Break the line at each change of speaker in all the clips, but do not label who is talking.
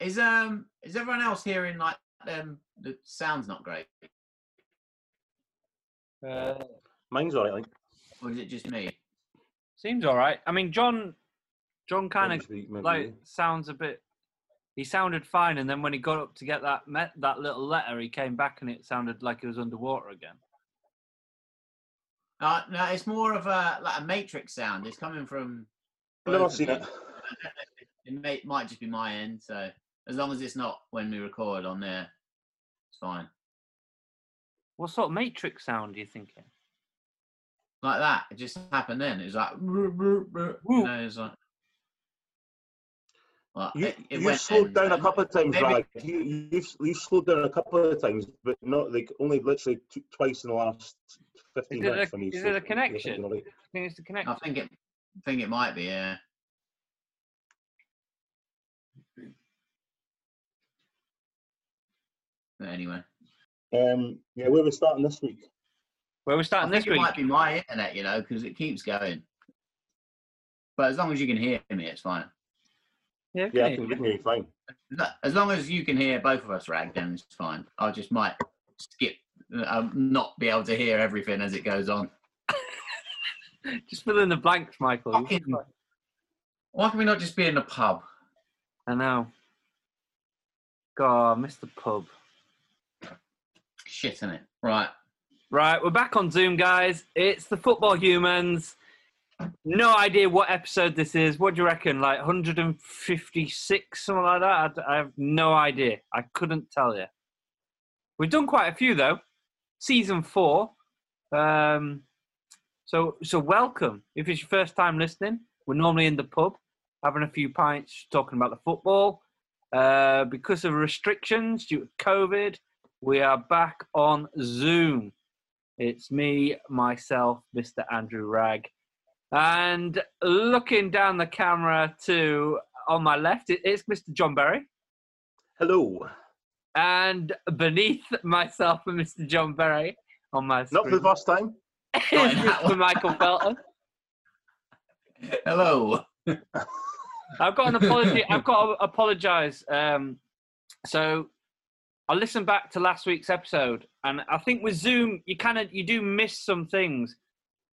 Is um is everyone else hearing like um the sound's not great,
Uh,
Mine's all right, I think.
or is it just me?
seems all right. I mean, John, John kind
Mine's
of
the- maybe-
like sounds a bit. He sounded fine, and then when he got up to get that met, that little letter, he came back and it sounded like he was underwater again.
Uh, no, it's more of a like a matrix sound. It's coming from.
I've never seen it.
It may, might just be my end. So as long as it's not when we record on there, it's fine.
What sort of matrix sound are you thinking?
Like that, it just happened then. It was like, "Roop, roop, roop," you
Woo.
know, it was like. Well,
You,
it, it
you've
went
slowed
then,
down a
so-
couple of times,
Maybe-
Rag. You, you've, you've slowed down a couple of times, but not like only literally t- twice in the last 15
Is it
minutes
a-
for me.
is
so
it a
I think
connection?
you're right.
I think it's the connection.
I think it, think it might be. Yeah. But anyway,
Um, yeah, where are we starting this week?
Where we're
I
starting
think
this
it
week?
might be my internet, you know, because it keeps going. But as long as you can hear me, it's fine.
Yeah,
Yeah, I
okay.
can hear you fine.
No, As long as you can hear both of us, Rag, then it's fine. I just might skip, um, not be able to hear everything as it goes on.
Just fill in the blanks, Michael. You-
Fucking- Why can we not just be in the pub?
I know. God, I missed the pub.
Shit in it. Right.
Right, we're back on Zoom, guys. It's the Football Humans. No idea what episode this is. What do you reckon? Like 156, something like that? I d- I, have no idea. I couldn't tell you. We've done quite a few, though. Season four. Um, so, so welcome. If it's your first time listening, we're normally in the pub having a few pints, talking about the football. Uh, because of restrictions due to COVID, we are back on Zoom. It's me, myself, Mr. Andrew Ragg. And looking down the camera to on my left, it- it's Mr. John Berry.
Hello.
And beneath myself and Mr. John Berry on my
Not
screen
for the first time.
Not
is
in that
Mr.
one.
Michael Felton.
Hello.
I've got an apology. I've got to apologise. Um, so I listened back to last week's episode, and I think with Zoom, you kind of you do miss some things,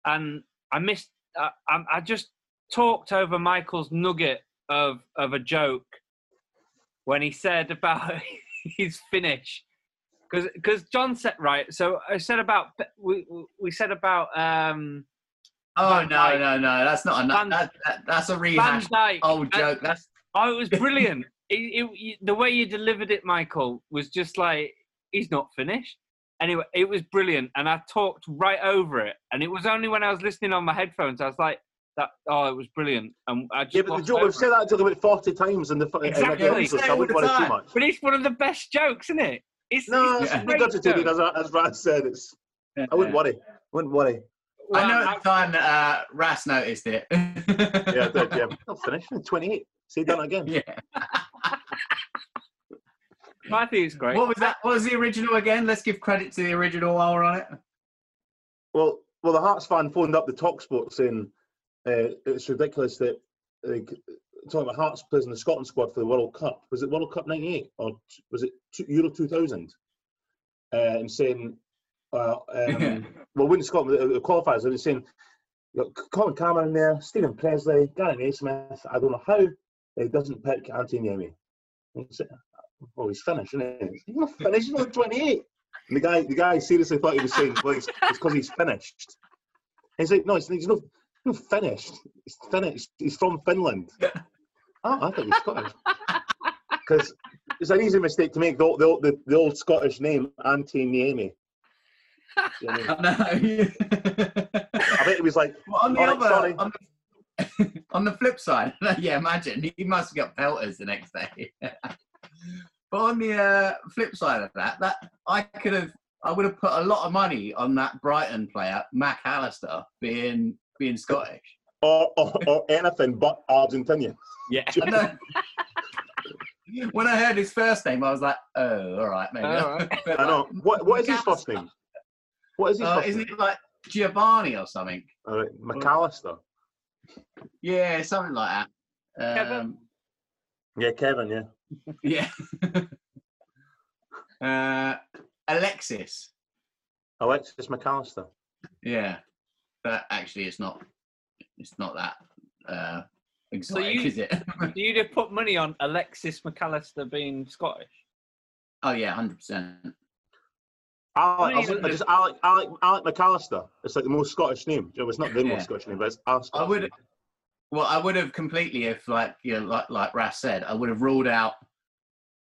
and I missed. I, I, I just talked over Michael's nugget of of a joke when he said about his finish, because because John said right. So I said about we we- we said about um,
Oh,
Van
no,
Dyke.
no, no. That's not enough.
Van-
That, that, that's a
Van
rehash.
Dyke.
Old
Uh,
joke. That's
Oh, it was brilliant. it, it, you- the way you delivered it, Michael, was just like he's not finished. Anyway, it was brilliant, and I talked right over it. And it was only when I was listening on my headphones, I was like, "That oh, it was brilliant." And I just
Yeah, but the
glossed
joke,
over
we've said that joke about 40 times in the fucking
Exactly.
in the episode, so I wouldn't
All the
worry too
time.
much.
it. But it's one of the best jokes, isn't it? It's,
No,
it's
it's
Yeah.
a
yeah.
great
regurgitated,
joke.
as, I- as Rad said. It's, I wouldn't worry. wouldn't worry.
I know
Well,
at the time that uh, Ras noticed it.
Yeah, I did, yeah. I'll finish in 28. Say that again.
Yeah.
I think it's great.
What was that? What was the original again? Let's give credit to the original while we're on it.
Well, well, the Hearts fan phoned up the Talksport saying uh, it's ridiculous that like, talking about Hearts players in the Scotland squad for the World Cup. Was it World Cup '98 or t- was it two, Euro 2000? Uh, and saying, uh, um, well, when Scotland the, the qualifiers, and saying, look, Colin Cameron in there, Stephen Presley, Gary Naismith. I don't know how he doesn't pick Anthony Yemi. And I said, Well, Oh, he's finished, isn't he? He's not finished. He's not 28. And the guy, the guy seriously thought he was saying, well, it's because he's finished. And he's like, no, he's, he's not, he's not finished. He's finished. He's from Finland. Oh, I thought he was Scottish. Because it's an easy mistake to make the, the, the, the old Scottish name, Ante Niemi. You know what I, mean?
I know.
I bet he was like,
Well, on the
Alright, sorry.
other, on the, on the flip side, yeah, imagine he must have got pelters the next day. but on the uh, flip side of that, that I could have, I would have put a lot of money on that Brighton player, Mac Allister, being being Scottish.
or, or, or "Oh, anything but Argentinian.
Yeah.
I know- when I heard his first name, I was like, oh, all right, maybe.
All right.
But,
I know. What, what is his first name? What is his
Uh,
first
isn't
name?
it like Giovanni or something?
All right, McAllister.
Yeah, something like that.
Kevin?
Um,
Yeah, Kevin, yeah.
yeah. uh, Alexis.
Alexis McAllister.
Yeah. But actually, it's not. It's not that uh, exotic,
you-
is it?
Do you just put money on Alexis McAllister being Scottish?
oh yeah, hundred percent. Oh,
Alec,
What are you
I
gonna
just Alec, Alec, Alec McAllister. It's like the most Scottish name. You know, it's not the
Yeah.
most Scottish name, but it's our
I
Scottish
would.
name.
Well, I would have completely, if like you know, like like Ras said, I would have ruled out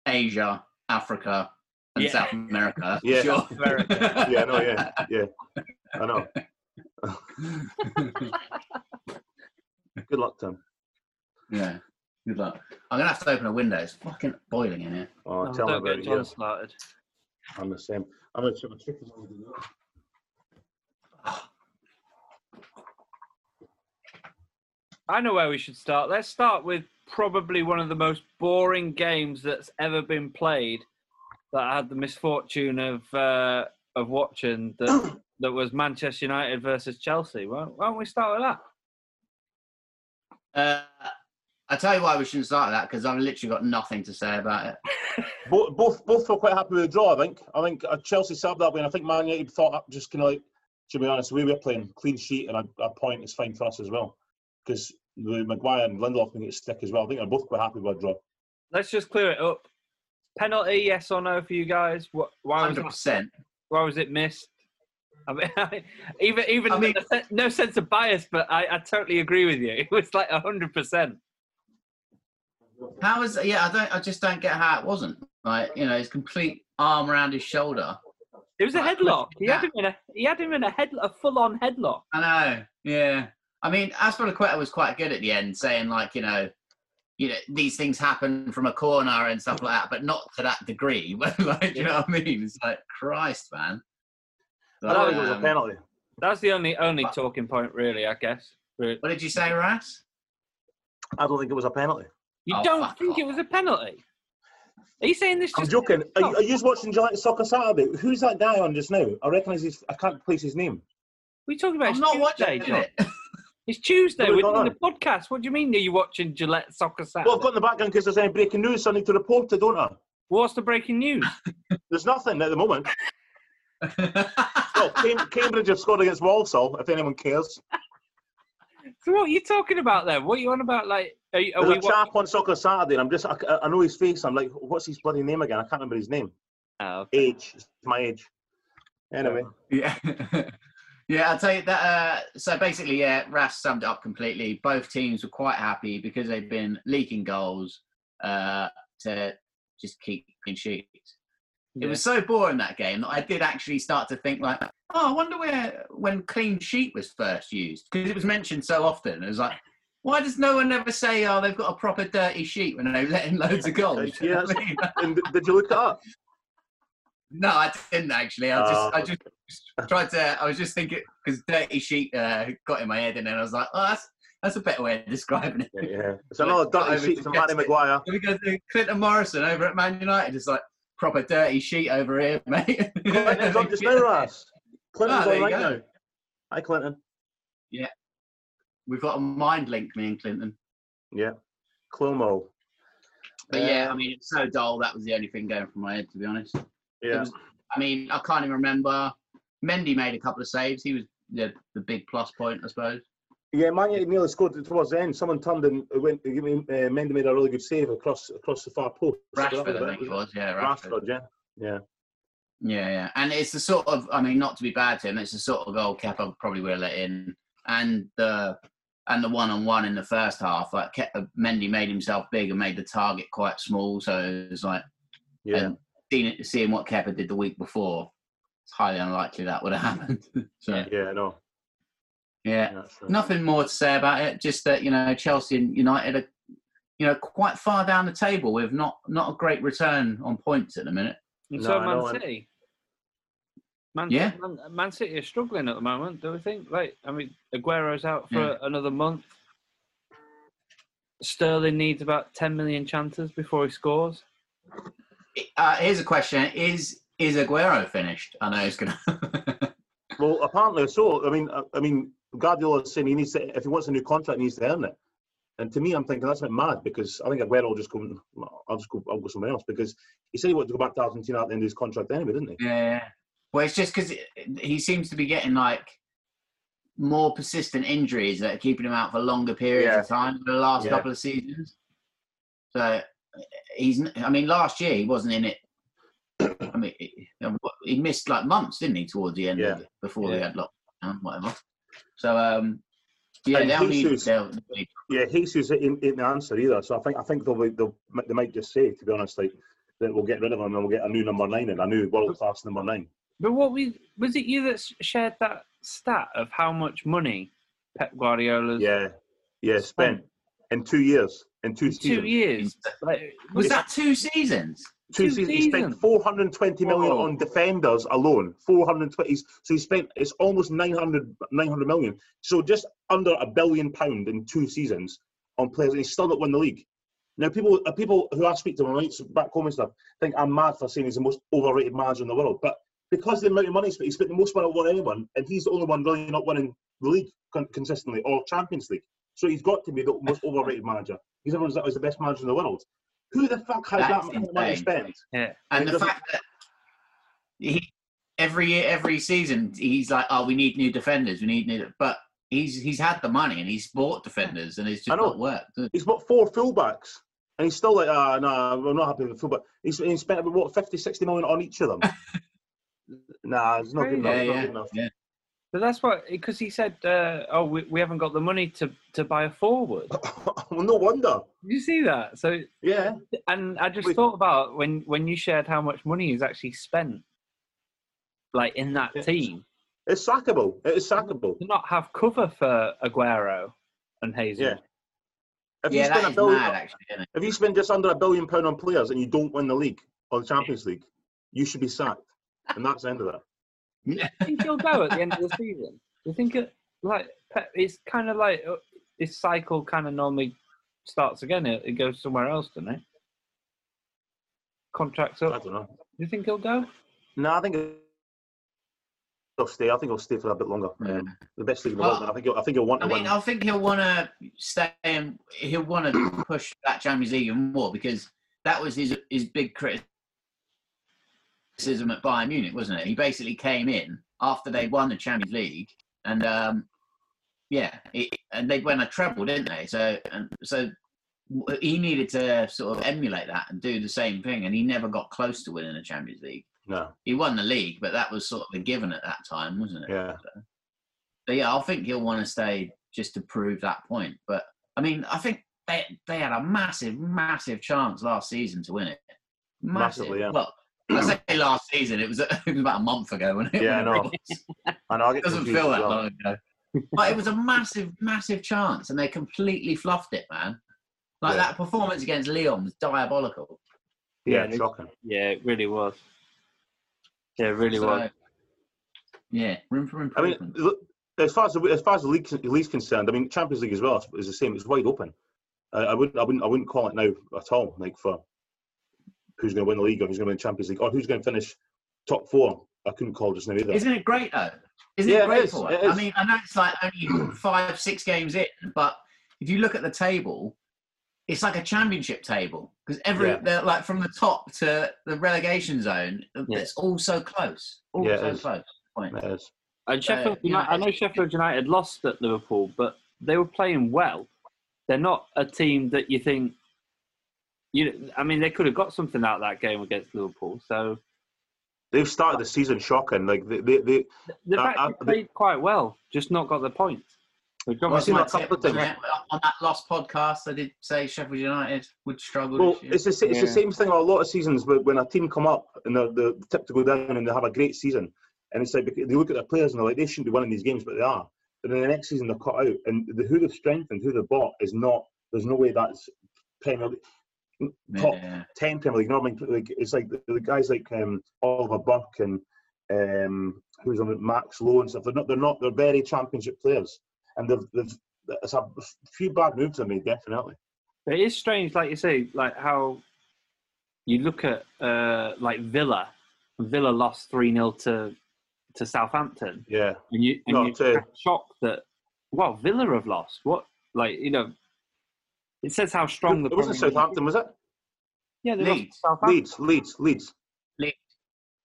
Asia, Africa, and
Yeah.
South America.
Yeah.
Sure.
Very-
Yeah, I know. Yeah, yeah, I know. Good luck, Tim.
yeah. Good luck. I'm gonna have to open a window. It's fucking boiling in here.
Oh,
Oh,
tell
don't
me about
get
it.
John
Yes,
started.
I'm the same. I'm gonna check my chickens on the door.
I know where we should start. Let's start with probably one of the most boring games that's ever been played that I had the misfortune of uh, of watching that that was Manchester United versus Chelsea. Why, why don't we start with that?
Uh, I tell you why we shouldn't start that because I've literally got nothing to say about it.
Both, both, both were quite happy with the draw. I think. I think uh, Chelsea subbed that way, and I think Man United thought up just kind of like, to be honest, the way we were playing, clean sheet and a, a point is fine for us as well, because Maguire and Lindelof can get stick as well. I think they're both quite happy with a draw.
Let's just clear it up. Penalty, yes or no for you guys? What, why
Hundred
was that
percent.
why was it missed? I mean, even even
I mean-
no sen- no sense of bias, but I, I totally agree with you. It was like hundred percent.
How is? Yeah, I don't. I just don't get how it wasn't. Like you know, his complete arm around his shoulder.
It was a
Right,
headlock. He had
that-
him in a he had him in a head a full on headlock.
I know. Yeah. I mean, Aspilicueta was quite good at the end, saying like, you know, you know, these things happen from a corner and stuff like that, but not to that degree. But like, you know what I mean? It's like Christ, man.
I don't think it was a
Um,
penalty.
That's the only only talking point, really. I guess. Really.
what did you say, Ras?
I don't think it was a penalty.
You
Oh,
don't
fuck
think
off.
it was a penalty? Are you saying this?
I'm
just-
joking. Are, you- are you watching Gillette Soccer Saturday? Who's that guy on just now? I recognise his. I can't place his name.
We talking about
I'm not
it's Tuesday,
watching
John.
it.
It's Tuesday.
What
We're
have we
doing
got
the podcast. What do you mean? Are you watching Gillette Soccer Saturday?
Well, I've got in the background because there's any breaking news, so I need to report it, don't I?
What's the breaking news?
There's nothing at the moment. Well, Cam- Cambridge have scored against Walsall, if anyone cares.
so what are you talking about then? What are you on about? Like,
Oh,
are, you- are
There's
we?
a
wa-
chap on Soccer Saturday, and I'm just, I, I know his face. I'm like, what's his bloody name again? I can't remember his name.
Oh, okay.
Age. It's my age. Anyway,
yeah. Yeah, I'll tell you that. Uh, so basically, yeah, Ras summed it up completely. Both teams were quite happy because they've been leaking goals uh, to just keep clean sheets. It was so boring that game that I did actually start to think like, oh, I wonder where when clean sheet was first used because it was mentioned so often. It was like, why does no one ever say, oh, they've got a proper dirty sheet when they let in loads of goals?
Yeah,
I mean,
and d- did you look it up?
no, I didn't actually. I just, I
Oh.
just tried to. I was just thinking because dirty sheet uh, got in my head, and then I was like, oh, that's that's a better way of describing it.
Yeah, yeah. It's another dirty sheet from Matty Maguire.
Here we go to Clinton Morrison over at Man United. It's like proper dirty sheet over here, mate.
Clinton's on just now, Ross. Clinton's
Ah, there
on
you
right
go.
now. Hi, Clinton.
We've got a mind link, me and Clinton.
Clomo.
But yeah, I
Um,
mean, it's so dull. That was the only thing going from my head, to be honest.
Yeah.
was- I mean, I can't even remember. Mendy made a couple of saves. He was the, the big plus point, I suppose.
Yeah, Man United nearly scored towards the end. Someone turned and it went. Uh, Mendy made a really good save across across the far post.
Rashford, I think it was. Yeah, Rashford.
Rashford, yeah.
Yeah, yeah. And it's the sort of, I mean, not to be bad to him, it's the sort of goal Kepa probably would have let in. And the and the one on one in the first half, like Kepa, Mendy made himself big and made the target quite small. So it was like
Yeah.
And seeing, it- seeing what Kepa did the week before, it's highly unlikely that would have happened. so
yeah, no.
yeah,
That's right.
nothing more to say about it. Just that you know Chelsea and United are you know quite far down the table with not not a great return on points at the minute.
And
No,
so
I
Man
know, and-
City. Man,
Yeah.
Man, Man City are struggling at the moment, do we think? Like, I mean, Aguero's out for
Yeah.
another month. Sterling needs about 10 million chances before he scores.
Uh, here's a question: Is is Aguero finished? I know it's gonna.
Well, apparently so. I mean, I, I mean, Guardiola's saying he needs to, if he wants a new contract, he needs to earn it. And to me, I'm thinking that's a bit mad because I think Aguero will just go. I'll just go. I'll go somewhere else because he said he wanted to go back to Argentina at the end of his contract anyway, didn't he?
Yeah. Well, it's just because he seems to be getting like more persistent injuries that are keeping him out for longer periods of time for the last
Yeah.
couple of seasons. So he's. n- I mean, last year he wasn't in it. I mean, he- he missed like months, didn't he, towards the end
Yeah.
of it, before
Yeah.
they had lockdown, whatever. So, um, yeah,
And
they'll need,
Jesus-
they'll need.
Yeah, Jesus isn't isn't the answer either. So I think I think they'll, be- they'll they might just say, to be honest, like that we'll get rid of him and we'll get a new number nine and a new world class number nine.
But what we was it you that s- shared that stat of how much money Pep Guardiola's
Yeah, yeah, spent in two years, in two
in two
seasons,
years? Like,
Was that two seasons?
two
two
seasons. He spent
seasons?
420 million
Whoa.
on defenders alone. 420. So he spent it's almost 900 900 million. So just under a billion pound in two seasons on players, and he's still not won the league. Now people uh, people who I speak to when I back home and stuff think I'm mad for saying he's the most overrated manager in the world, but because of the amount of money he spent, he spent the most money on anyone, and he's the only one really not winning the league con- consistently or Champions League. So he's got to be the most overrated manager. He's everyone's that was the best manager in the world. Who the fuck has
That's
that much money
insane.
spent?
And
It
the
doesn't-
fact that he every year, every season, he's like, "Oh, we need new defenders. We need new." But he's he's had the money and he's bought defenders, and it's
I
just
know.
not worked. has it?
He's got four fullbacks, and he's still like, ah, no, we're not happy with the fullback. He's, he spent about what 50, 60 million on each of them. nah, it's not good enough.
Yeah,
it's not
yeah,
good enough.
yeah.
But that's what because he said, uh, "Oh, we, we haven't got the money to to buy a forward."
well, no wonder.
you see that? So,
Yeah,
and I just
Wait.
thought about when when you shared how much money he's actually spent, like in that
Yeah.
team,
it's sackable. It is sackable.
to not have cover for Aguero and Hazel.
Yeah. If you
Yeah,
spend
that
a
is
billion,
mad, actually. Isn't it?
if you spend just under a billion pound on players and you don't win the league or the Champions League, you should be sacked, and that's the end of that.
Do you think he'll go at the end of the season? Do you think it like Pep- it's kind of like uh, this cycle kind of normally starts again? It, it goes somewhere else, doesn't it? Contracts
I
up.
don't know.
Do you think he'll go?
No, I think he'll stay. I think he'll stay for a bit longer.
Yeah.
Um, The best league in the world.
Well,
I think he'll, I think he'll want
I
to
mean,
win.
I think he'll want to stay and he'll want to push that Champions League even more because that was his his big criticism at Bayern Munich, wasn't it? He basically came in after they won the Champions League, and um, yeah, it, and they won a treble, didn't they? So and so w- he needed to sort of emulate that and do the same thing, and he never got close to winning the Champions League.
No,
He won the league, but that was sort of a given at that time, wasn't it?
yeah.
But yeah, I think he'll want to stay just to prove that point. But I mean, I think they they had a massive, massive chance last season to win it. Massive.
Massively, yeah.
Well, I say last season. It was it was about a month ago, wasn't it?
Yeah, I know.
Whenever it was.
I know. I get
It doesn't
confused
feel
as
that
well.
long ago. But it was a massive, massive chance, and they completely fluffed it, man. Like
Yeah.
that performance against Leon was diabolical.
Yeah,
Yeah.
shocking.
Yeah, it really was. Yeah, it really
So,
was.
yeah, room for
I mean,
improvement.
look, as far as the, as far as the league the league's concerned, I mean, Champions League as well is- is the same. It's wide open. I, I wouldn't, I wouldn't, I wouldn't call it now at all. Like for who's going to win the league or who's going to win the Champions League or who's going to finish top four. I couldn't call just now either.
Isn't it great though? Isn't
Yeah, it
it great
is,
for
it
it? I
is.
mean, I know it's like only five, six games in, but if you look at the table, it's like a championship table because every
Yeah.
they're like from the top to the relegation zone,
Yeah.
it's all so close, all
Yeah, it
so
is.
close. Point.
It is.
And
So,
Sheffield
you know,
United, I know
it's-
Sheffield United lost at Liverpool, but they were playing well. They're not a team that you think. You, know, I mean, they could have got something out of that game against Liverpool. So
They've started the season shocking. Like they, they, they
the
Uh,
fact
uh,
they played quite well, just not got the points. Which
Well,
obviously
seen
that's
a couple
it,
of things.
wasn't it? on that lost podcast, I did say Sheffield United would struggle.
Well,
this year.
it's the, sa- it's the
Yeah.
same thing a lot of seasons wh- when a team come up and they're, they're tipped to go down and they have a great season. And it's like bec- they look at their players and they're like, they shouldn't be winning these games, but they are. But then the next season they're cut out. And the, who they've strengthened, who they've bought, is not, there's no way that's Premier League, top
Yeah.
10 Premier League. You know what I mean? Like, it's like the, the guys like um, Oliver Burke and um, who's on it, Max Lowe and stuff. They're not, they're not, they're very championship players. And they've, they've, it's a few bad moves they made, definitely.
But it is strange, like you say, like how you look at uh, like Villa. Villa lost three 0 to to Southampton,
Yeah.
and you and
No,
you're
two.
shocked that well Villa have lost. What like you know It says how strong the.
It wasn't
Premier League-
Southampton, was it?
Yeah, they lost to
Leeds.
Southampton.
Leeds, Leeds, Leeds.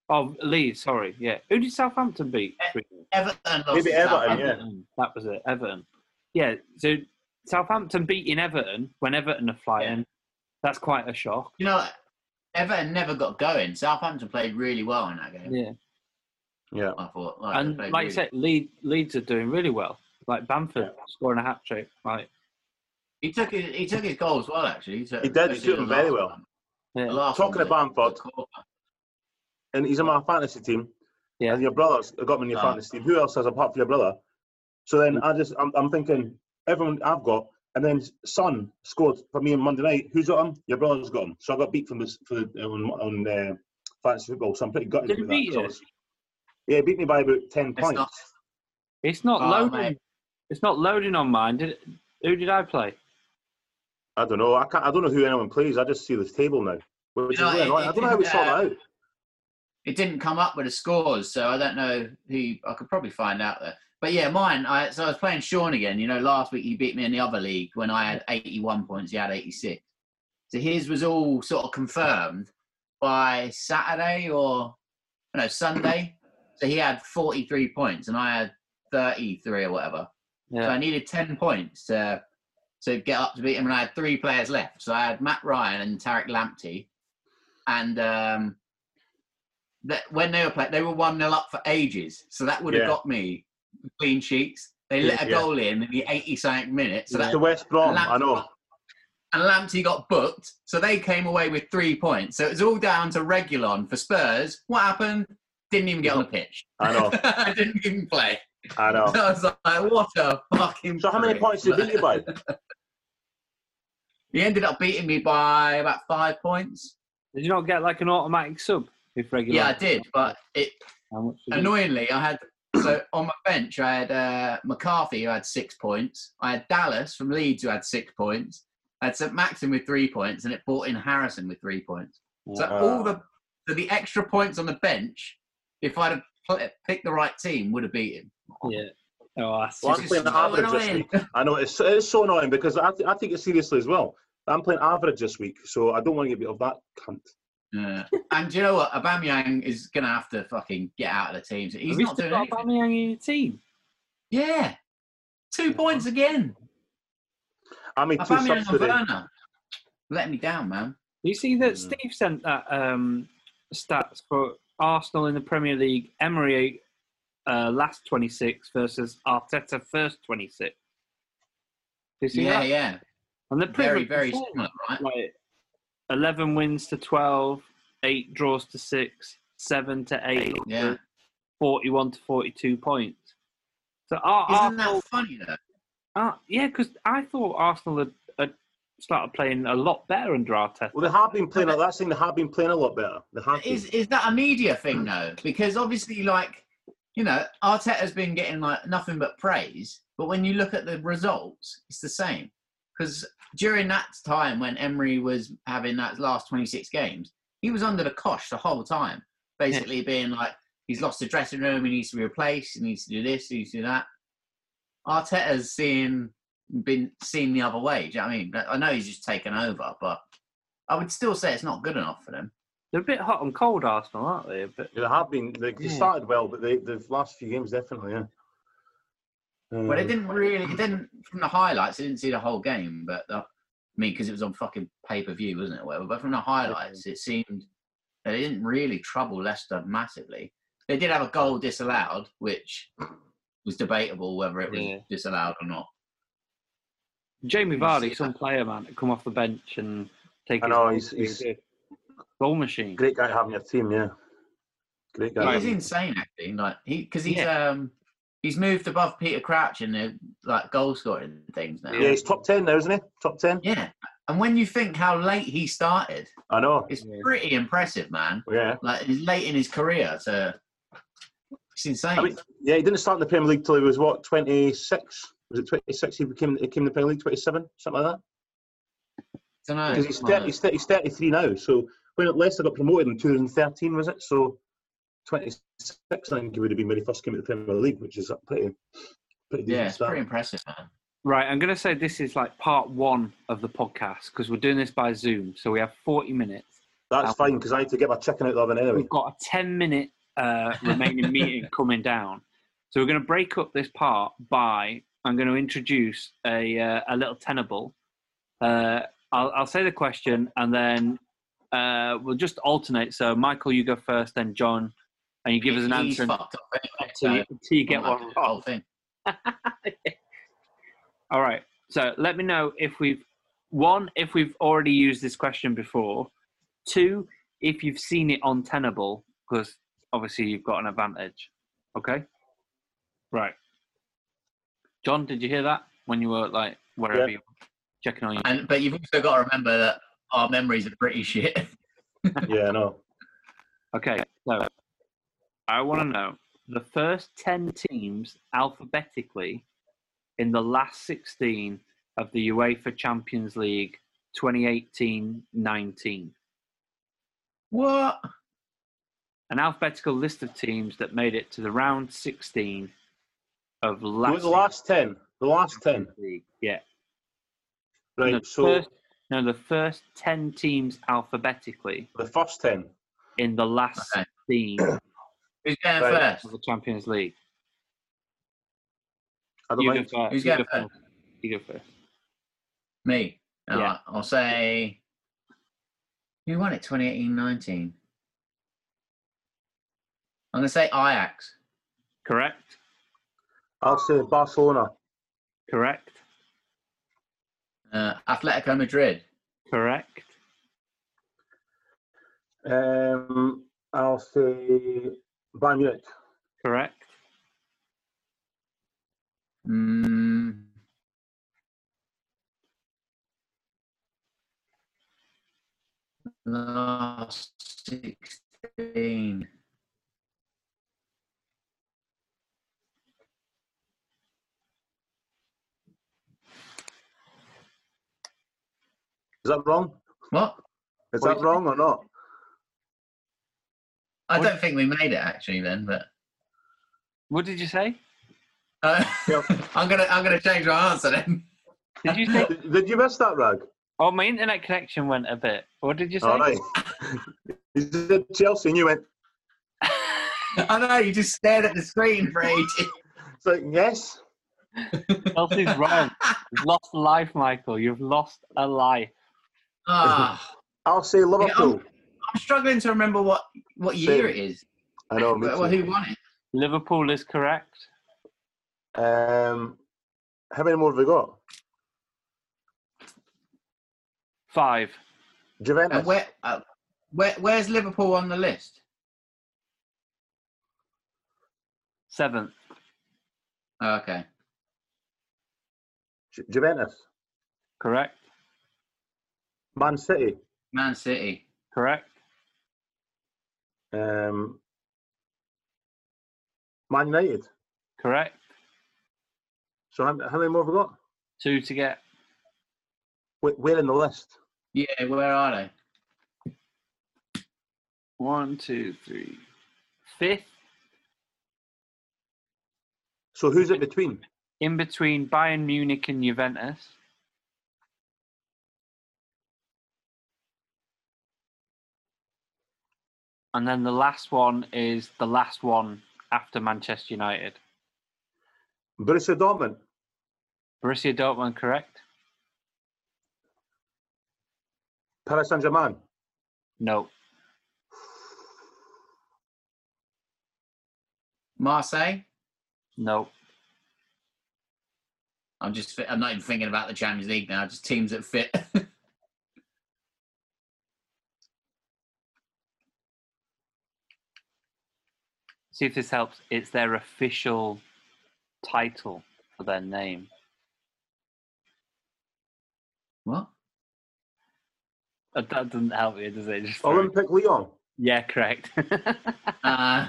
Oh, Leeds. Sorry. Yeah. Who did Southampton beat?
Eh,
3-0?
Everton lost.
Maybe
to
Everton,
Southampton.
yeah.
That was it. Everton. Yeah. So Southampton beating Everton when Everton are flying. That's quite a shock.
You know, Everton never got going. Southampton played really well in that game.
Yeah.
Yeah.
I thought. Like, they
And
played
like you
really-
said, Leeds, Leeds are doing really well. Like Bamford scoring a hat trick. Like
he took his, he took his goals well actually. He, took,
He did, he
especially
took them
the last
very well.
one.
Yeah.
The last
Talking
one
of
was-
And he's in my fantasy team.
Yeah.
And your brother's got him in your
Oh.
fantasy team. Who else has apart from your brother? So then
Mm.
I just I'm, I'm thinking everyone I've got, and then Son scored for me on Monday night. Who's got him? Your brother's got him. So I got beat from this for the, on, on uh, fantasy football. So I'm pretty gutted
Did he
with that.
beat
So
you?
it's- yeah, he beat me by about ten
It's
points.
not-
it's not
Oh,
loading.
mate.
It's not loading on mine. Did who did I play?
I don't know. I can't. I don't know who anyone plays. I just see this table now, which
You know,
is
it-
really annoying.
it
I don't know how we
didn't,
sort
uh,
that out.
It didn't come up with the scores, so I don't know who. I could probably find out there. But yeah, mine. I so I was playing Sean again. You know, last week he beat me in the other league when I had 81 points. He had 86. So his was all sort of confirmed by Saturday or no Sunday. So he had 43 points and I had 33 or whatever. So I
Yeah.
needed 10 points to, to get up to beat him, and I had three players left. So I had Matt Ryan and Tarek Lamptey. And um, that when they were playing, they were 1 0 up for ages. So that would have
Yeah.
got me clean sheets. They let a
Yeah.
goal in in the 80 something minute. So
The
that,
West Brom.
Lamptey
I know.
got- and Lamptey got booked. So they came away with three points. So it was all down to Regulon for Spurs. What happened? Didn't even get on the pitch.
I know.
I didn't even play.
I know.
So I was like, what a fucking.
Oh. So how many
prick.
points did he beat you by?
He ended up beating me by about five points.
Did you not get like an automatic sub if regular?
Yeah, I did, but it
How much did you-
annoyingly I had so on my bench I had uh, McCarthy who had six points. I had Dallas from Leeds who had six points. I had St Maxim with three points, and it brought in Harrison with three points. So
Wow.
all the so the extra points on the bench, if I'd have pl- picked the right team, would have beat him.
Yeah. Oh, I see.
Well, I'm playing
so
average this
annoying.
week. I know it's, it's so annoying because I, th- I take it seriously as well. I'm playing average this week, so I don't want to get bit of that cunt.
Yeah. Uh, and do you know what? Abamyang is gonna have to fucking get out of the team. He's
Have you
not
still
doing
got
anything.
Aubameyang in your team.
Yeah, two points again.
I made
I
two
found me
subs
on
today.
Werner. Let me down, man.
You see that
Hmm.
Mm.
Steve sent that um, stats for Arsenal in the Premier League, Emery uh, last 26 versus Arteta first 26. Do you see
yeah,
that?
yeah.
And they're
Very,
pretty
very
very,
similar, right?
like 11 wins to 12, 8 draws to 6, 7 to 8,
Yeah.
41 to 42 points. So Ar-
Isn't
Arsenal
that funny though?
Uh, yeah, because I thought Arsenal had, had started playing a lot better under Arteta.
Well, they have been playing. That's thing they have been playing a lot better. They have been.
Is is that a media thing though? Because obviously, like, you know, Arteta's been getting like nothing but praise, but when you look at the results, it's the same. Because during that time when Emery was having that last 26 games, he was under the cosh the whole time, basically being like, he's lost the dressing room, he needs to be replaced, he needs to do this, he needs to do that. Arteta's seen been seen the other way. Do you know what I mean? I know he's just taken over, but I would still say it's not good enough for them.
They're a bit hot and cold, Arsenal, aren't they? But
They have been. They, they
Yeah.
started well, but they, the last few games definitely. Yeah. Um,
Mm.
But it didn't really, it didn't, from the highlights, I didn't see the whole game, but the, I mean, because it was on fucking pay per view, wasn't it? or Whatever. But from the highlights, it seemed that it didn't really trouble Leicester massively. They did have a goal disallowed, which was debatable whether it was
Yeah.
disallowed or not. You
Jamie
see
Vardy,
that?
some player, man, to come off the bench and take
I
his
know, he's- he's-
goal machine.
Great guy having your team. Yeah. Great guy.
Yeah,
He's
having-
insane, actually. Like he, because he's um, he's moved above Peter Crouch in the like goal scoring things now.
yeah, he's top ten now, isn't he? Top ten.
yeah. And when you think how late he started,
I know.
it's
Yeah.
pretty impressive, man.
Yeah.
like he's late in his career, so it's insane.
I mean, yeah, he didn't start in the Premier League till he was what twenty six. Was it twenty six? He became he came in the Premier League twenty seven, something like that.
I don't know.
Because he's, 30, he's, 30, he's 33 now. So when Leicester got promoted in 2013, was it? So 26, I think he would have been when he first came to the Premier League, which is a pretty, pretty decent
yeah, it's
start.
pretty impressive, man.
Right, I'm going to say this is like part one of the podcast because we're doing this by Zoom, so we have 40 minutes.
That's fine because I need to get my chicken out the oven anyway.
We've got a 10 minute uh, remaining meeting coming down. So we're going to break up this part by I'm going to introduce a, uh, a little tenable. Uh, I'll, I'll say the question and then uh, we'll just alternate. So, Michael, you go first, then John, and you give us an
He's
answer
fucked up anyway,
until you,
so
until you get
I'm happy
one
with the whole thing.
All right. So let me know if we've one, if we've already used this question before. Two, if you've seen it on Tenable, because obviously you've got an advantage. Okay. Right. John, did you hear that when you were like wherever
Yeah.
you were checking on you?
And but you've also got to remember that our memories are pretty shit.
yeah, I know.
Okay. So I want to know the first ten teams alphabetically in the last sixteen of the UEFA Champions League 2018-19.
What?
an alphabetical list of teams that made it to the round 16 of
What
last,
was the last ten? The last ten,
league. Yeah.
right?
No,
so
first- no, the first 10 teams alphabetically
the first ten.
in the last
Okay.
16 of
Who's going
Right.
first?
the Champions League.
I don't
You go
mind.
first.
Who's
you
going
go first. You go first.
Me.
Yeah.
Alright, I'll say. Who won it 2018 19? I'm going to say Ajax.
Correct.
I'll say Barcelona.
Correct.
Uh, Atletico Madrid.
Correct.
Um, I'll say Bayern Munich.
Correct.
Mm. Last 16.
Is that wrong?
What?
Is
What
that wrong or not?
I
What-
don't think we made it actually then, but
What did you say?
uh,
Yep.
I'm gonna I'm gonna change my answer then.
Did you say?
Did, did you miss that, Rag?
Oh, my internet connection went a bit. What did you say?
All right. you said Chelsea, and you went.
I know you just stared at the screen for ages.
It's like yes.
Chelsea's wrong. You've lost a life, Michael. You've lost a life.
Ah.
I'll say Liverpool.
oh. I'm struggling to remember what what year it is.
I know. Me
Well,
too.
who won it?
Liverpool is correct.
Um, how many more have we got?
Five.
And
Juventus.
where, uh, where where's Liverpool on the list?
Seventh.
Oh, okay.
Ju- Juventus.
Correct.
Man City.
Man City.
Correct.
Um, Man United.
Correct.
So how, how many more have we got?
Two to get.
Where, where in the list?
Yeah, where are they?
One, two, three. Fifth.
So who's it between?
In between Bayern Munich and Juventus. And then the last one is the last one after Manchester United.
Borussia Dortmund.
Borussia Dortmund, correct?
Paris Saint Germain.
No.
Marseille.
No.
I'm just I'm not even thinking about the Champions League now. Just teams that fit.
See if this helps. It's their official title for their name.
what?
That that doesn't help you, does it? Just throw it.
Olympic Lyon.
Yeah, correct.
Uh,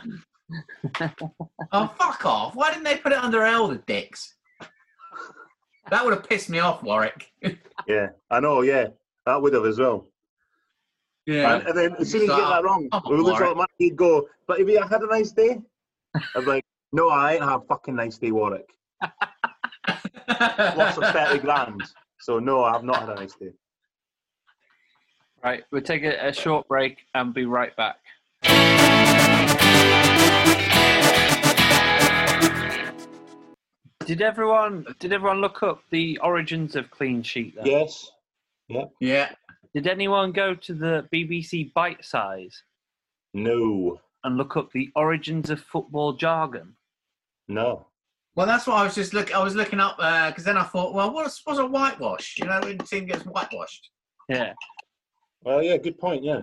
oh fuck off! Why didn't they put it under L? The dicks. That would have pissed me off, Warwick.
Yeah, I know. Yeah, that would have as well. And, and then as soon as you get that wrong,
Come on,
we look
Warwick.
at Matt and go, but if you had a nice day, I'm like, no, I ain't have a fucking nice day, Warwick. Lots of thirty grand. So no, I've not had a nice day.
Right, we'll take a, a short break and be right back. Did everyone did everyone look up the origins of clean sheet? Then?
Yes.
yeah.
Did anyone go to the BBC Bite Size
No.
and look up the origins of football jargon?
No.
Well, that's what I was just look. I was looking up because then I thought, well, what's what's a whitewash? You know, when the team gets whitewashed.
Yeah,
Well, yeah. Good point. Yeah.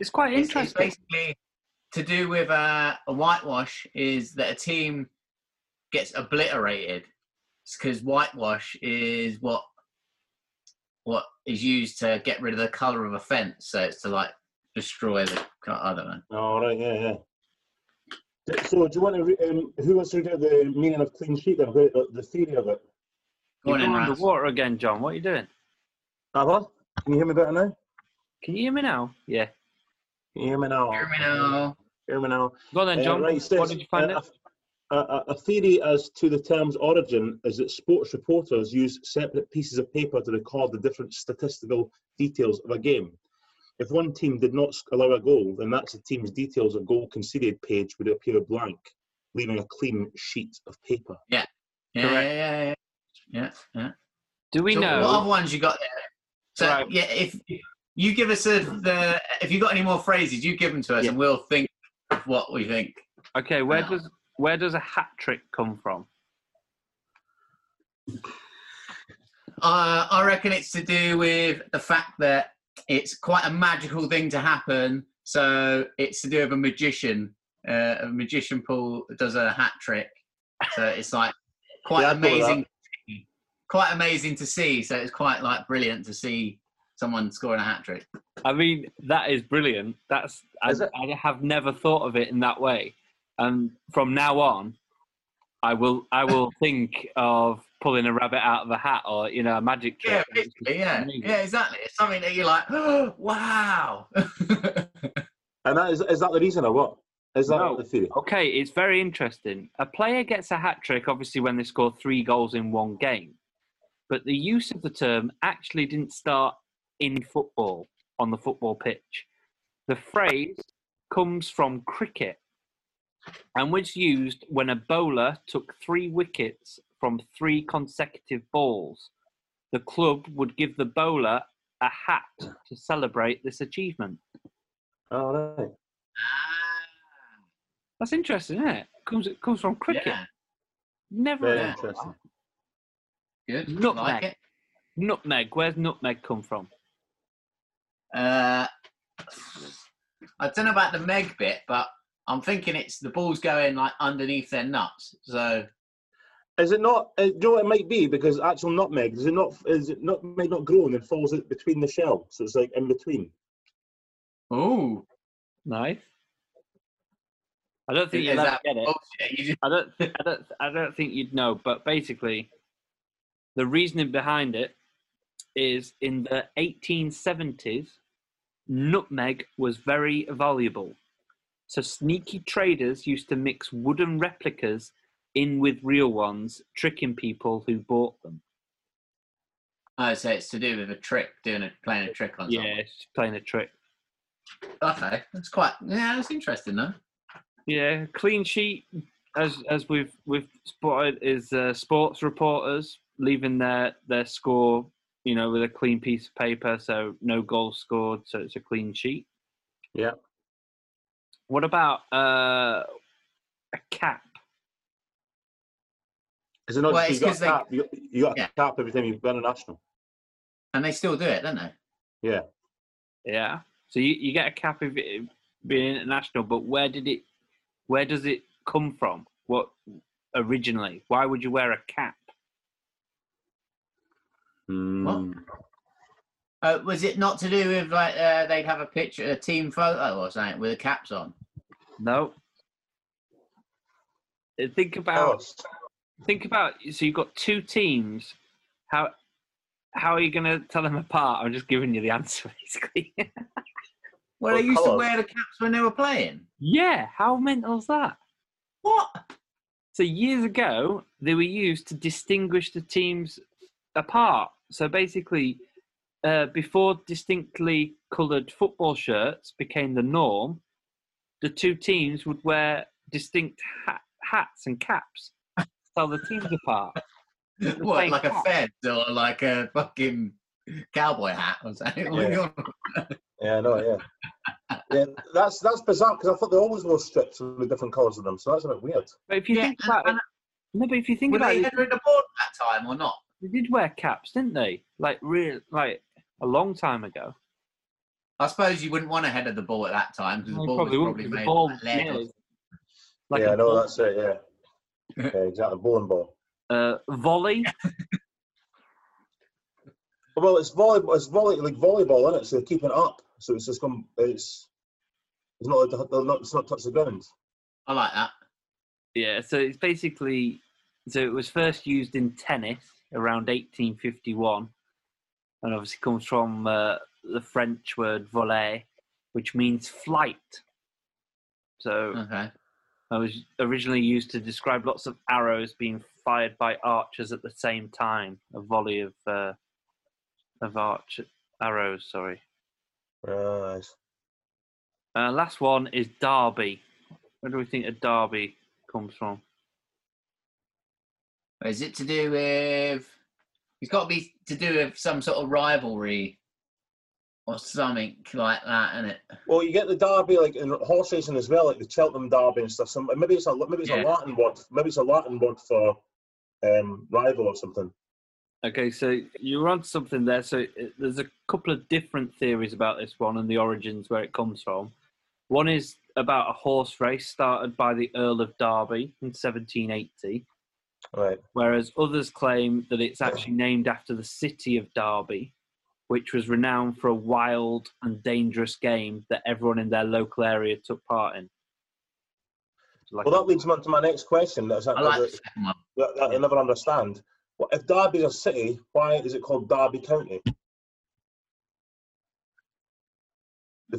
it's quite
It's, it's
interesting.
basically to do with uh, a whitewash is that a team gets obliterated because whitewash is what what is used to get rid of the color of a fence. So it's to like destroy the. I don't know.
All right. Yeah. Yeah. D- So, do you want to? Re- um, who wants to do the meaning of clean sheet? Then, Who- uh, the theory of it.
Go
You're
on in,
going
Rans.
underwater again, John. What are you doing?
Hello. Can you hear me better now?
Can you hear me now? Yeah.
Can you hear me now?
Terminal.
Hear me now.
Go on then,
Uh,
John.
right,
what
says,
did you find
uh,
out?
A, a- a theory as to the term's origin is that sports reporters use separate pieces of paper to record the different statistical details of a game. If one team did not sc- allow a goal, then that's the team's details of goal conceded page would appear blank, leaving a clean sheet of paper.
Yeah,
Correct.
yeah, yeah, yeah. Yeah, yeah.
Do we
So
know?
What other ones you got there? So
Right.
yeah, if you give us a, the if you got any more phrases, you give them to us,
Yeah.
and we'll think of what we think.
Okay, where
No.
does where does a hat trick come from?
Uh, I reckon it's to do with the fact that it's quite a magical thing to happen. So it's to do with a magician. Uh, a magician Paul does a hat trick. So it's like quite
Yeah, I thought of that.
amazing, quite amazing to see. So it's quite like brilliant to see someone scoring a hat trick.
I mean, that is brilliant. That's I,
Is it?
I have never thought of it in that way, and from now on, I will I will think of pulling a rabbit out of a hat or you know a magic
Yeah,
trick.
basically, yeah,
amazing.
yeah, exactly. It's something that you're like, wow.
And that is, is that the reason or what? Is that
No.
the theory?
Okay, it's very interesting. A player gets a hat trick obviously when they score three goals in one game, but the use of the term actually didn't start in football on the football pitch. The phrase comes from cricket and was used when a bowler took three wickets from three consecutive balls. The club would give the bowler a hat to celebrate this achievement.
All right.
That's interesting, isn't it? Comes it comes from cricket.
Yeah,
Never
Very
Yeah.
interesting.
good.
Nutmeg.
Like it.
Nutmeg. Where's nutmeg come from?
Uh, I don't know about the meg bit, but I'm thinking it's the ball's going like underneath their nuts. So
Is it not? Uh, do you know what it might be? Because actual nutmeg is it not? Is it not? Might not grow and then falls out between the shell, so it's like in between.
ooh,
Nice. I don't think
Is
you'd ever
that-
get it.
bullshit. oh, You just,
I don't, I don't. I don't think you'd know. But basically, the reasoning behind it is in the 1870s, nutmeg was very valuable, so sneaky traders used to mix wooden replicas in with real ones, tricking people who bought them.
oh, so it's to do with a trick, doing a playing a trick on
Yeah, it's playing a trick.
someone. Okay, that's quite. Yeah, that's interesting though.
Yeah, clean sheet, as as we've we've spotted, is uh, sports reporters leaving their their score, you know, with a clean piece of paper, so no goals scored, so it's a clean sheet.
Yeah.
What about uh, a cap?
Is it not?
Well, it's
just you got
'cause
a
they-
cap. You, you got a
Yeah.
cap every time you win a national.
And they still do it, don't they?
Yeah. So you, you get a cap if it being international, but where did it? Where does it come from? What originally? Why would you wear a cap?
Mm.
Uh, was it not to do with like uh, they'd have a picture, a team photo or something with the caps on?
No. Uh, Think about
Oh, s-
think about so you've got two teams how how are you going to tell them apart i'm just giving you the answer basically
Well,
Or
they used
colours.
to wear the caps when they were playing.
yeah how mental's that
What?
So years ago, they were used to distinguish the teams apart. So basically, uh, before distinctly coloured football shirts became the norm, the two teams would wear distinct ha- hats and caps to tell the teams apart.
what,
same
like a
hat.
fed or like a fucking cowboy hat or something? What are you on about?
Yeah, I know. Yeah, yeah. That's that's bizarre because I thought they always wore strips with different colours in them, so that's a bit weird.
But if you
Yeah,
think about it, no, but if you think
Were
about
they
it,
header in the board that time or not?
they did wear caps, didn't they? Like real, like a long time ago.
I suppose you wouldn't want to head of the ball at that time because the
They
ball
probably
was
wouldn't,
probably
'cause the
made
ball-
of lead.
yeah,
or
it's like
yeah,
a
I know.
ball-
That's it. Yeah. yeah, exactly. Bowling ball.
uh, volley.
Well, it's volleyball. It's volley like volleyball, isn't it? So they keep it up. So it's just come. It's it's not. like They're not. It's not touch the ground.
I like that.
Yeah, so it's basically so it was first used in tennis around 1851, and obviously comes from uh, the French word voler, which means flight. So
Okay.
I was originally used to describe lots of arrows being fired by archers at the same time, a volley of uh, of arch arrows. Sorry.
Right.
Uh, last one is derby. Where do we think a derby comes from?
Is it to do with? It's got to be to do with some sort of rivalry or something like that, isn't it?
Well, you get the derby like in horse racing as well, like the Cheltenham Derby and stuff. Some maybe it's a maybe it's
Yeah.
a Latin word. Maybe it's a Latin word for um, rival or something.
Okay, so you're on something there. So it, there's a couple of different theories about this one and the origins where it comes from. One is about a horse race started by the Earl of Derby in 1780,
Right.
whereas others claim that it's actually named after the city of Derby, which was renowned for a wild and dangerous game that everyone in their local area took part in. Like
Well, that leads me on to my next question. That's
I like the second one.
that, that I never understand. Well, if Derby's a city, why is it called Derby County? The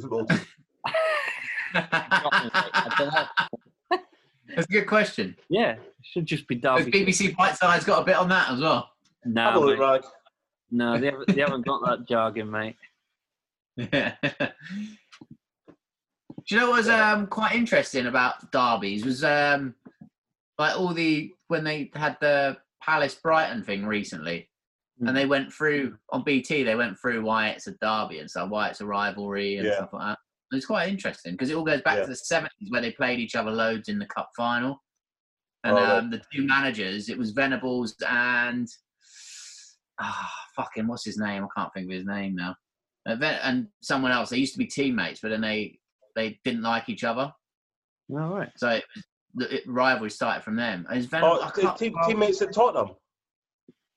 football team.
That's a good question.
yeah, it should just be
Has
Derby.
BBC Whiteside's got a bit on that as well.
No,
Have a
mate.
look, Rag.
No, they haven't, they haven't got that jargon, mate.
Yeah. Do you know what was um, quite interesting about derbies was um, like all the when they had the Palace Brighton thing recently,
Mm.
and they went through on BT. They went through why it's a derby and stuff, why it's a rivalry and
Yeah.
stuff like that. And it's quite interesting because it all goes back
Yeah.
to the seventies where they played each other loads in the cup final, and
Oh, right.
um, the two managers it was Venables and ah fucking what's his name? I can't think of his name now. And Ven- and someone else. They used to be teammates, but then they they didn't like each other,
All right.
so it, the it, rivalry started from them. Is Venables,
Oh,
Um, I
t-
can't-
team, teammates at Tottenham.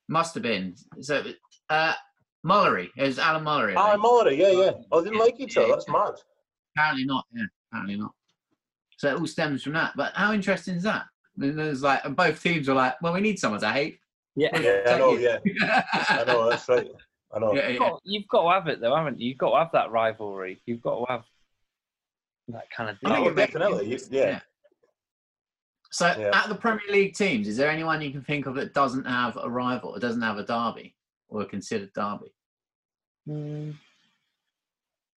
must have been. So, uh, Mullery. It was Alan Mullery. I
Ah,
think.
Mullery, yeah, yeah. Oh, they didn't like each other. That's mad.
apparently not. Yeah, apparently not. So it all stems from that. But how interesting is that? And there's like, and both teams were like, well, we need someone to hate.
Yeah.
Yeah, I know, yeah.
yeah,
I know, that's right. I know.
yeah.
You've got, you've got to have it though, haven't you? You've got to have that rivalry. You've got to have that kind of
I think
Oh,
thing.
it makes
definitely. You,
sense,
yeah.
yeah. So,
Yeah.
out of the Premier League teams, is there anyone you can think of that doesn't have a rival or doesn't have a derby or a considered derby?
Mm.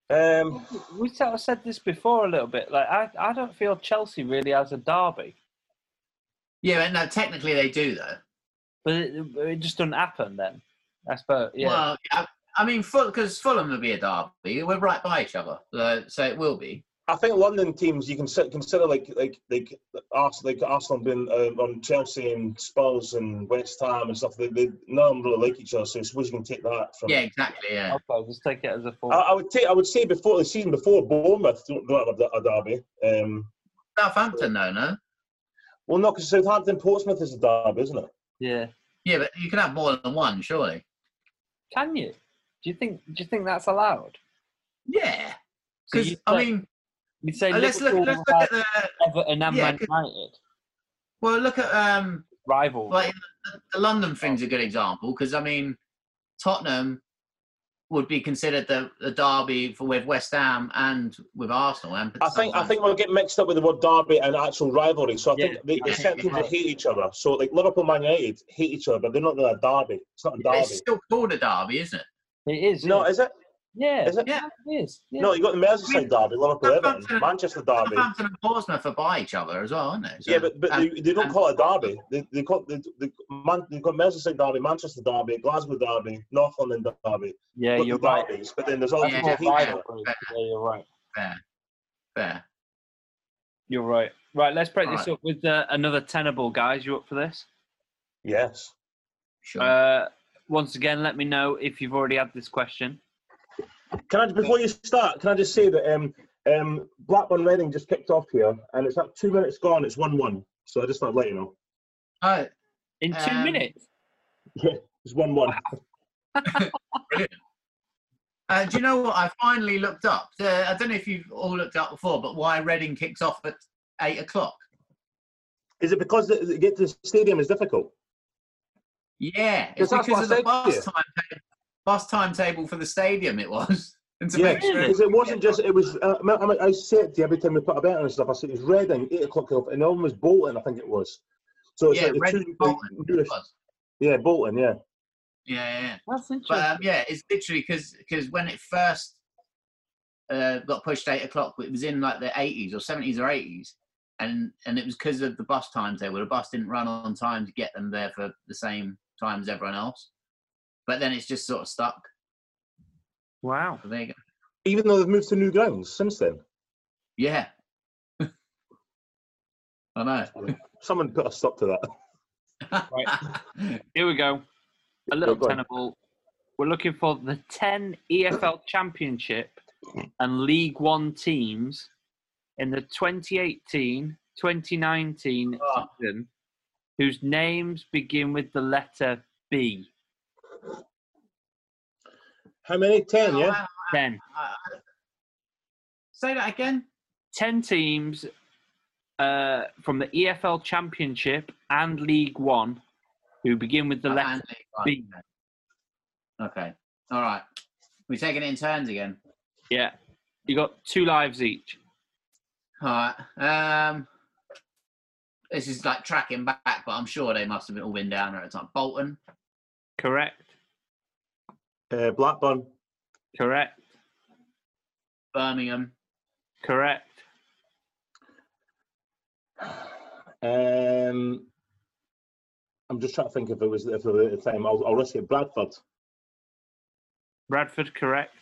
Um,
We sort of said this before a little bit. Like I, I don't feel Chelsea really has a derby,
Yeah, but no, technically they do though.
but it, it just doesn't happen then. I suppose. Yeah.
Well, I, I mean, because Fulham will be a derby. We're right by each other, so, so it will be.
I think London teams you can sit- consider like like like Arsenal, like Arsenal being uh, on Chelsea and Spurs and West Ham and stuff. They, they none of them really like each other, so I suppose you can take that from.
Yeah, exactly. Yeah. Uh,
I suppose, just take it as a four.
I, I would take. I would say before the season before Bournemouth don't, don't have a, derby. Um,
Southampton, though, no.
well, no, because Southampton Portsmouth is a derby, isn't it?
yeah.
Yeah, but you can have more than one, surely.
Can you? Do you think? Do you think that's allowed?
Yeah,
So
because
you
I
say-
mean,
You say
uh, let's look.
Liverpool
Let's look at
have
the.
Everton and
yeah,
Man
'cause-
United
Well, look at um,
rivalry.
like the, the London thing's a good example because I mean, Tottenham would be considered the, the derby for with West Ham and with Arsenal. And
I think I think we'll get mixed up with the word derby and actual rivalry. So I think
Yeah.
they, they
Yeah.
set people that hate each other. So like Liverpool, Man United hate each other, but they're not really a derby. It's not a derby.
it's still called a derby, isn't it?
It is.
no,
yeah.
is it?
yeah,
is it?
Yeah.
it is. Yeah.
No, you got the Merseyside derby, Liverpool, Everton,
Southampton-
Manchester derby.
Southampton and Portsmouth are by each other as well, aren't they? So-
Yeah, but, but
and-
they, they don't
and-
call it a derby. They, they call they, they, Man, they call Merseyside derby, Manchester derby, Glasgow derby, North London derby.
yeah,
got the
you're right.
derbies, But then there's all
Yeah.
people that hate each other.
Yeah, you're right.
fair.
You're right. Right, let's break this
Right.
up with uh, another tenable, guys. You up for this?
Yes.
Sure.
Uh, once again, let me know if you've already had this question.
Can I before you start? Can I just say that um, um, Blackburn Reading just kicked off here, and it's at two minutes gone. It's one-one. So I just thought I'd let you know.
oh,
In two
Um,
minutes.
It's one-one.
uh, do you know what I finally looked up? Uh, I don't know if you've all looked up before, but why Reading kicks off at eight o'clock?
Is it because the, the get to the stadium is difficult?
Yeah,
Yes,
it's
that's what
because of the
I said to
bus timetable, bus timetable for the stadium. It was, and to
Yeah,
make sure
because it wasn't just it was. Uh, I, mean, I said to you every time we put a bet on and stuff, I said it was Reading eight o'clock kickoff, and the other one was Bolton, I think it was. So it's
yeah,
like the
Reading
two,
Bolton.
the
It
nearest-
was.
yeah, Bolton, yeah.
Yeah, yeah, yeah.
That's interesting.
But um, yeah, it's literally because when it first uh, got pushed to eight o'clock, it was in like the eighties or seventies or eighties, and and it was because of the bus timetable. The bus didn't run on time to get them there for the same time as everyone else. But then it's just sort of stuck.
wow.
So there you go.
Even though they've moved to new grounds since then,
Yeah. I know.
someone put a stop to that.
Oh,
Here we go. A little
go on.
tenable. We're looking for the 10 EFL Championship and League One teams in the 2018 2019
Oh.
season whose names begin with the letter B.
How many? Ten,
Oh,
yeah.
wow.
10.
Say that again.
10 teams uh, from the EFL Championship and League One who begin with the letter
And League One.
B.
Okay. All right. We're taking it in turns again.
Yeah. You got two lives each.
All right. Um, this is like tracking back, but I'm sure they must have been all been down there at the time. Bolton.
Correct.
Uh, Blackburn,
Correct.
Birmingham.
Correct.
Um, I'm just trying to think if it was if it was at the time. I'll, I'll risk it. Bradford.
Bradford, correct.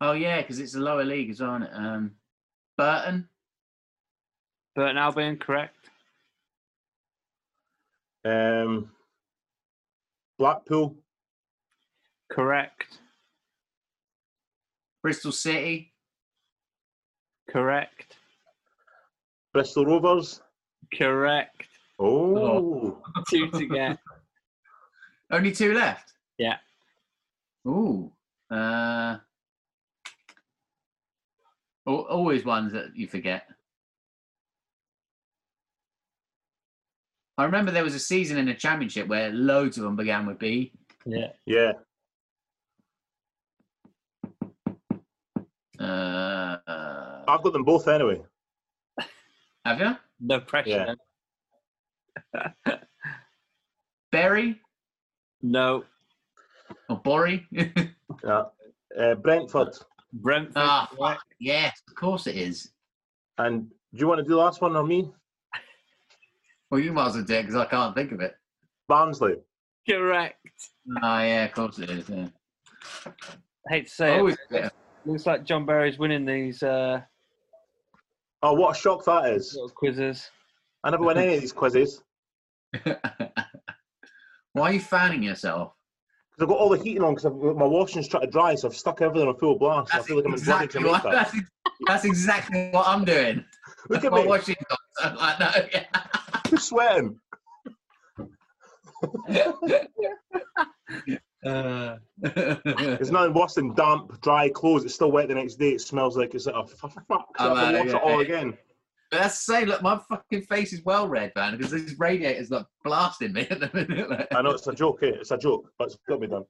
Oh yeah, because it's the lower league as well, isn't it? Um, Burton.
Burton Albion, correct.
Um, Blackpool.
Correct.
Bristol City.
Correct.
Bristol Rovers.
Correct.
Oh,
Two to get.
Only two left.
Yeah.
Ooh. Uh, al- always ones that you forget. I remember there was a season in the championship where loads of them began with B.
Yeah.
yeah.
Uh,
I've got them both anyway.
have you?
No pressure.
Yeah.
Berry
No.
or Borry?
Yeah. Uh, Brentford.
Brentford.
ah,
correct.
fuck, yes, of course it is.
And do you want to do the last one or me?
Well, you might as well do it because I can't think of it.
Barnsley.
Correct.
Ah, yeah, of course it is. Yeah.
hate to say
Always
it. Looks like John Barry's winning these uh,
Oh, what a shock that is!
little quizzes.
I never win any of these quizzes
Why are you fanning yourself?
because I've got all the heating on because my washing's trying to dry, so I've stuck everything on full blast. I
That's
feel like I'm in bloody
exactly, what,
Jamaica.
that's, that's exactly what I'm doing.
Look
That's
at
my
me,
washing on. I know. Yeah.
I'm sweating. There's nothing worse than damp, dry clothes. It's still wet the next day. It smells like it's like, oh, fuck, fuck.
Oh,
I
uh,
have to wash
yeah.
it all again.
But that's the same. Look, my fucking face is well red, man, because this radiator's like
Uh,
blasting me at the minute. like.
I know it's a joke. eh? It's a joke, but it's got to be done.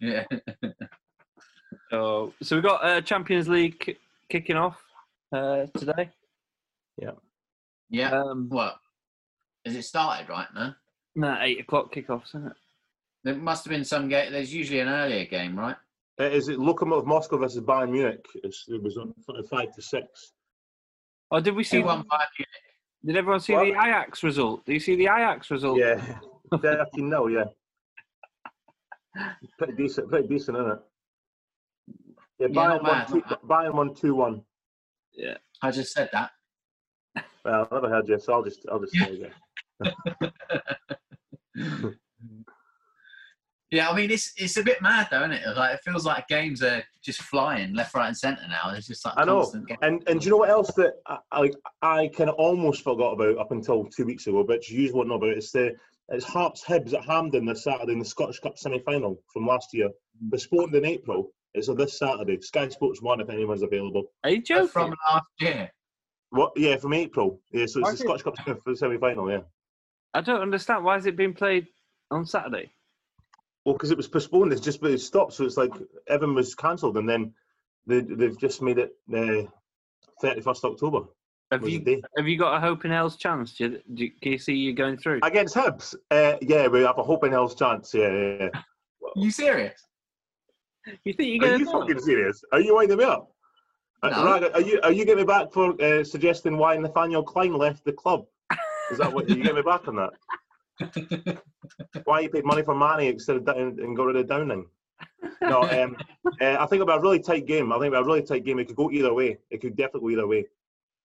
yeah.
So, so we've got uh, Champions League ki- kicking off uh, today.
Yeah.
uh,
Um,
Well, has it started right now?
no, eight o'clock kickoffs, isn't it?
There must have been some game. There's usually an earlier game, right?
Uh, is it Lokomotiv Moscow versus Bayern Munich? It's, it was on f- five to six.
Or Oh, did we see?
Two one five.
Did everyone see
What?
the Ajax result? Do you see the Ajax result?
Yeah, thirty no, yeah. Pretty decent, pretty decent, isn't it? Yeah,
Yeah,
Bayern
not
won
bad,
two,
not bad.
Bayern won two one.
I just said that.
Well, Uh, I've never heard you, so I'll just, I'll just say that.
Yeah, I mean it's it's a bit mad though, isn't it? Like it feels like games are just flying left, right, and centre now. It's just like
I know.
constant game.
And and do you know what else that I I, I kind of almost forgot about up until two weeks ago, but you usually won't know about. It's the it's Hearts Hibs at Hampden this Saturday in the Scottish Cup semi final from last year. The sport in April. It's on this Saturday. Sky Sports One, if anyone's available.
Are you
They're
joking?
From last year.
What? Yeah, from April. Yeah, so it's
Why
the
is it-
Scottish Cup semi final. Yeah.
I don't understand. Why is it being played on Saturday?
Well, because it was postponed, it's just been stopped. So it's like everything was cancelled, and then they they've just made it the thirty first October.
Have
Was the
you
day.
have you got a hope in hell's chance? Do you, do, can you see you going through?
Against Hibs, uh, yeah, we have a hope in hell's chance. Yeah, yeah, yeah.
you serious?
you think you're
Are
going
you
to?
fucking serious? Are you winding me up? Uh,
No.
Raga, are you are you getting me back for uh, suggesting why Nathaniel Klein left the club? Is that what you get me back on that? why you paid money for Manny instead of Down- and got rid of Downing? No, um, uh, I think it'll be a really tight game. I think it'll be a really tight game. It could go either way. It could definitely go either way.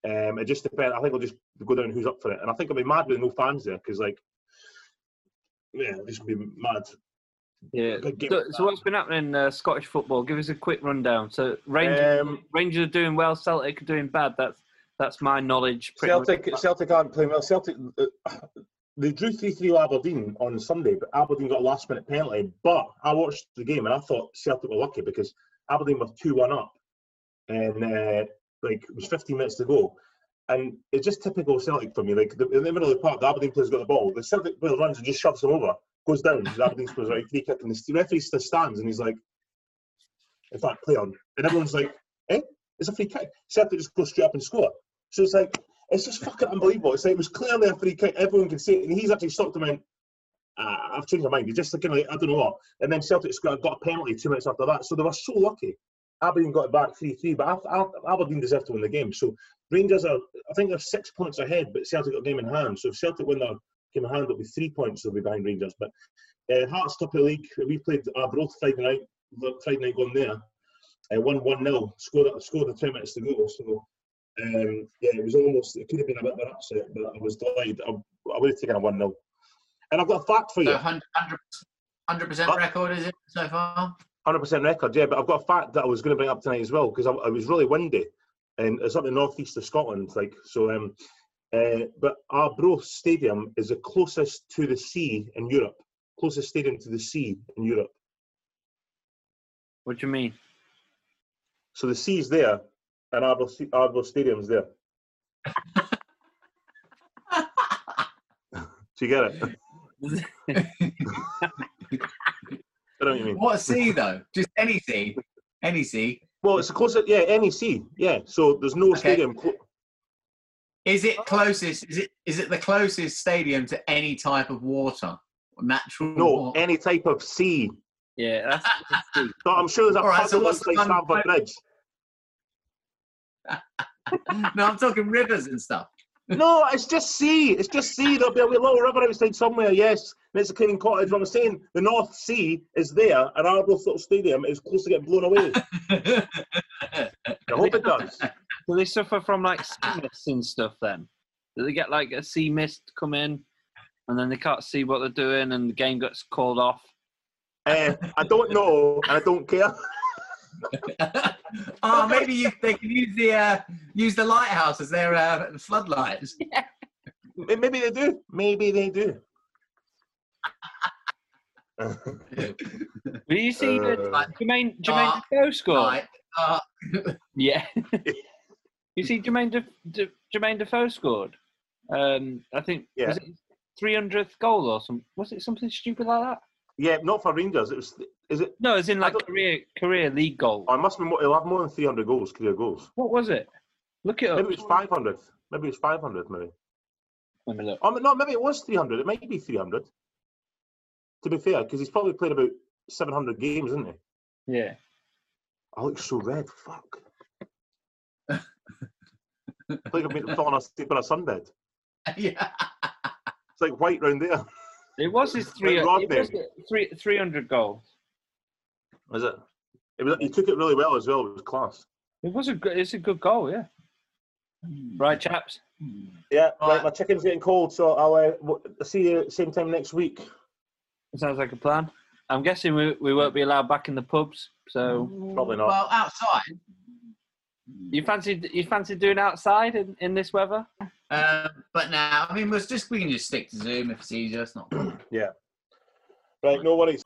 Um, it just depends. I think it'll just go down who's up for it. And I think it'll be mad with no fans there because like, yeah, it'll just be mad.
Yeah.
Big game.
So, so what's been happening in uh, Scottish football? Give us a quick rundown. So Rangers,
Um,
Rangers are doing well. Celtic are doing bad. That's that's my knowledge. pretty much.
Celtic, Celtic aren't playing well. Celtic, uh, they drew 3 3 Aberdeen on Sunday, but Aberdeen got a last minute penalty. But I watched the game and I thought Celtic were lucky because Aberdeen were 2 1 up and uh, like it was 15 minutes to go. And it's just typical Celtic for me. Like the, in the middle of the park, the Aberdeen player's got the ball. The Celtic player runs and just shoves him over, goes down. The Aberdeen scores out a free kick, and the referee still stands and he's like, "In fact, play on." And everyone's like, "Eh, it's a free kick." Celtic just go straight up and score. So it's like it's just fucking unbelievable. It's like it was clearly a free kick. Everyone can see it, and he's actually stopped him and went, ah, I've changed my mind. He's just like, kind of like, I don't know what. And then Celtic scored, got a penalty two minutes after that. So they were so lucky. Aberdeen got it back 3 3, but Ab- Ab- Aberdeen deserved to win the game. So Rangers are, I think they're six points ahead, but Celtic got a game in hand. So if Celtic win their game in hand, it'll be three points they'll be behind Rangers. But uh, Hearts top of the league, we played Arbroath Friday night, the Friday night gone there. Uh, 1 1 0, scored, scored with 10 minutes to go. So um, yeah, it was almost, it could have been a bit of an upset, but I was delighted. I, I would have taken a 1 0. And I've got a fact for you.
So 100 percent
What?
record is it so far?
Hundred percent record, yeah. But I've got a fact that I was going to bring up tonight as well because I, I was really windy, and it's up in the northeast of Scotland, like so. Um, uh, but Arbroath Stadium is the closest to the sea in Europe, closest stadium to the sea in Europe.
What do you mean?
So the sea's there, and Arbroath, Sta- Arbroath Stadium's there. Do you get it? I know what you mean.
What sea though? Just any sea, any sea.
Well, it's the closest, yeah, any sea, yeah. So there's no
Okay.
stadium. Clo-
Is it closest? Is it is it the closest stadium to any type of water, natural?
no,
water?
any type of sea.
Yeah, that's
So I'm sure there's a
All right,
right,
so
so
what's the
like
fun-
Stamford Bridge.
no, I'm talking rivers and stuff.
No, it's just sea. It's just sea. There'll be a wee little river outside somewhere, yes. And it's a clean cottage. What I'm saying, the North Sea is there, and Arbroath little stadium is close to getting blown away. I hope it does.
do they suffer from like sea mist and stuff then? Do they get like a sea mist come in and then they can't see what they're doing and the game gets called off?
Uh, I don't know, and I don't care.
oh, maybe you, they can use the uh, use the lighthouse as their uh, floodlights.
M- Maybe they do. Maybe they do.
Did you see the
Uh,
Jermaine Jermaine
uh,
Defoe score?
Right. Uh,
Yeah. you see, Jermaine De, De, Jermaine Defoe scored. Um, I think
Yeah.
was it three hundredth goal or some was it something stupid like that?
Yeah, not for Rangers. It was. Is it?
No, it's in
I
like
don't-
career career league goal.
I must be. More, he'll have more than three hundred goals, career goals.
What was it? Look it up.
Maybe it was five hundred. Maybe it was five hundred. Maybe.
Let me look.
Oh, no, maybe it was three hundred. It might be three hundred. To be fair, because he's probably played about seven hundred games, isn't he?
Yeah.
I look so red. Fuck. It's like I've been falling asleep on a sunbed.
yeah.
It's like white round there.
It was his three, it
Rob
was
then.
the three, 300 goals.
Is it? It was. He took it really well as well. It was class.
It was a good, it's a good goal, yeah. Right, chaps.
Yeah.
right, my
chicken's getting cold, so I'll uh, see you same time next week.
Sounds like a plan. I'm guessing we, we won't be allowed back in the pubs. So
Probably not.
Well, outside.
you fancy you fancy doing outside in, in this weather?
Um, but now, I mean, we'll just we can just stick to Zoom if it's easier. It's not.
Right. No worries.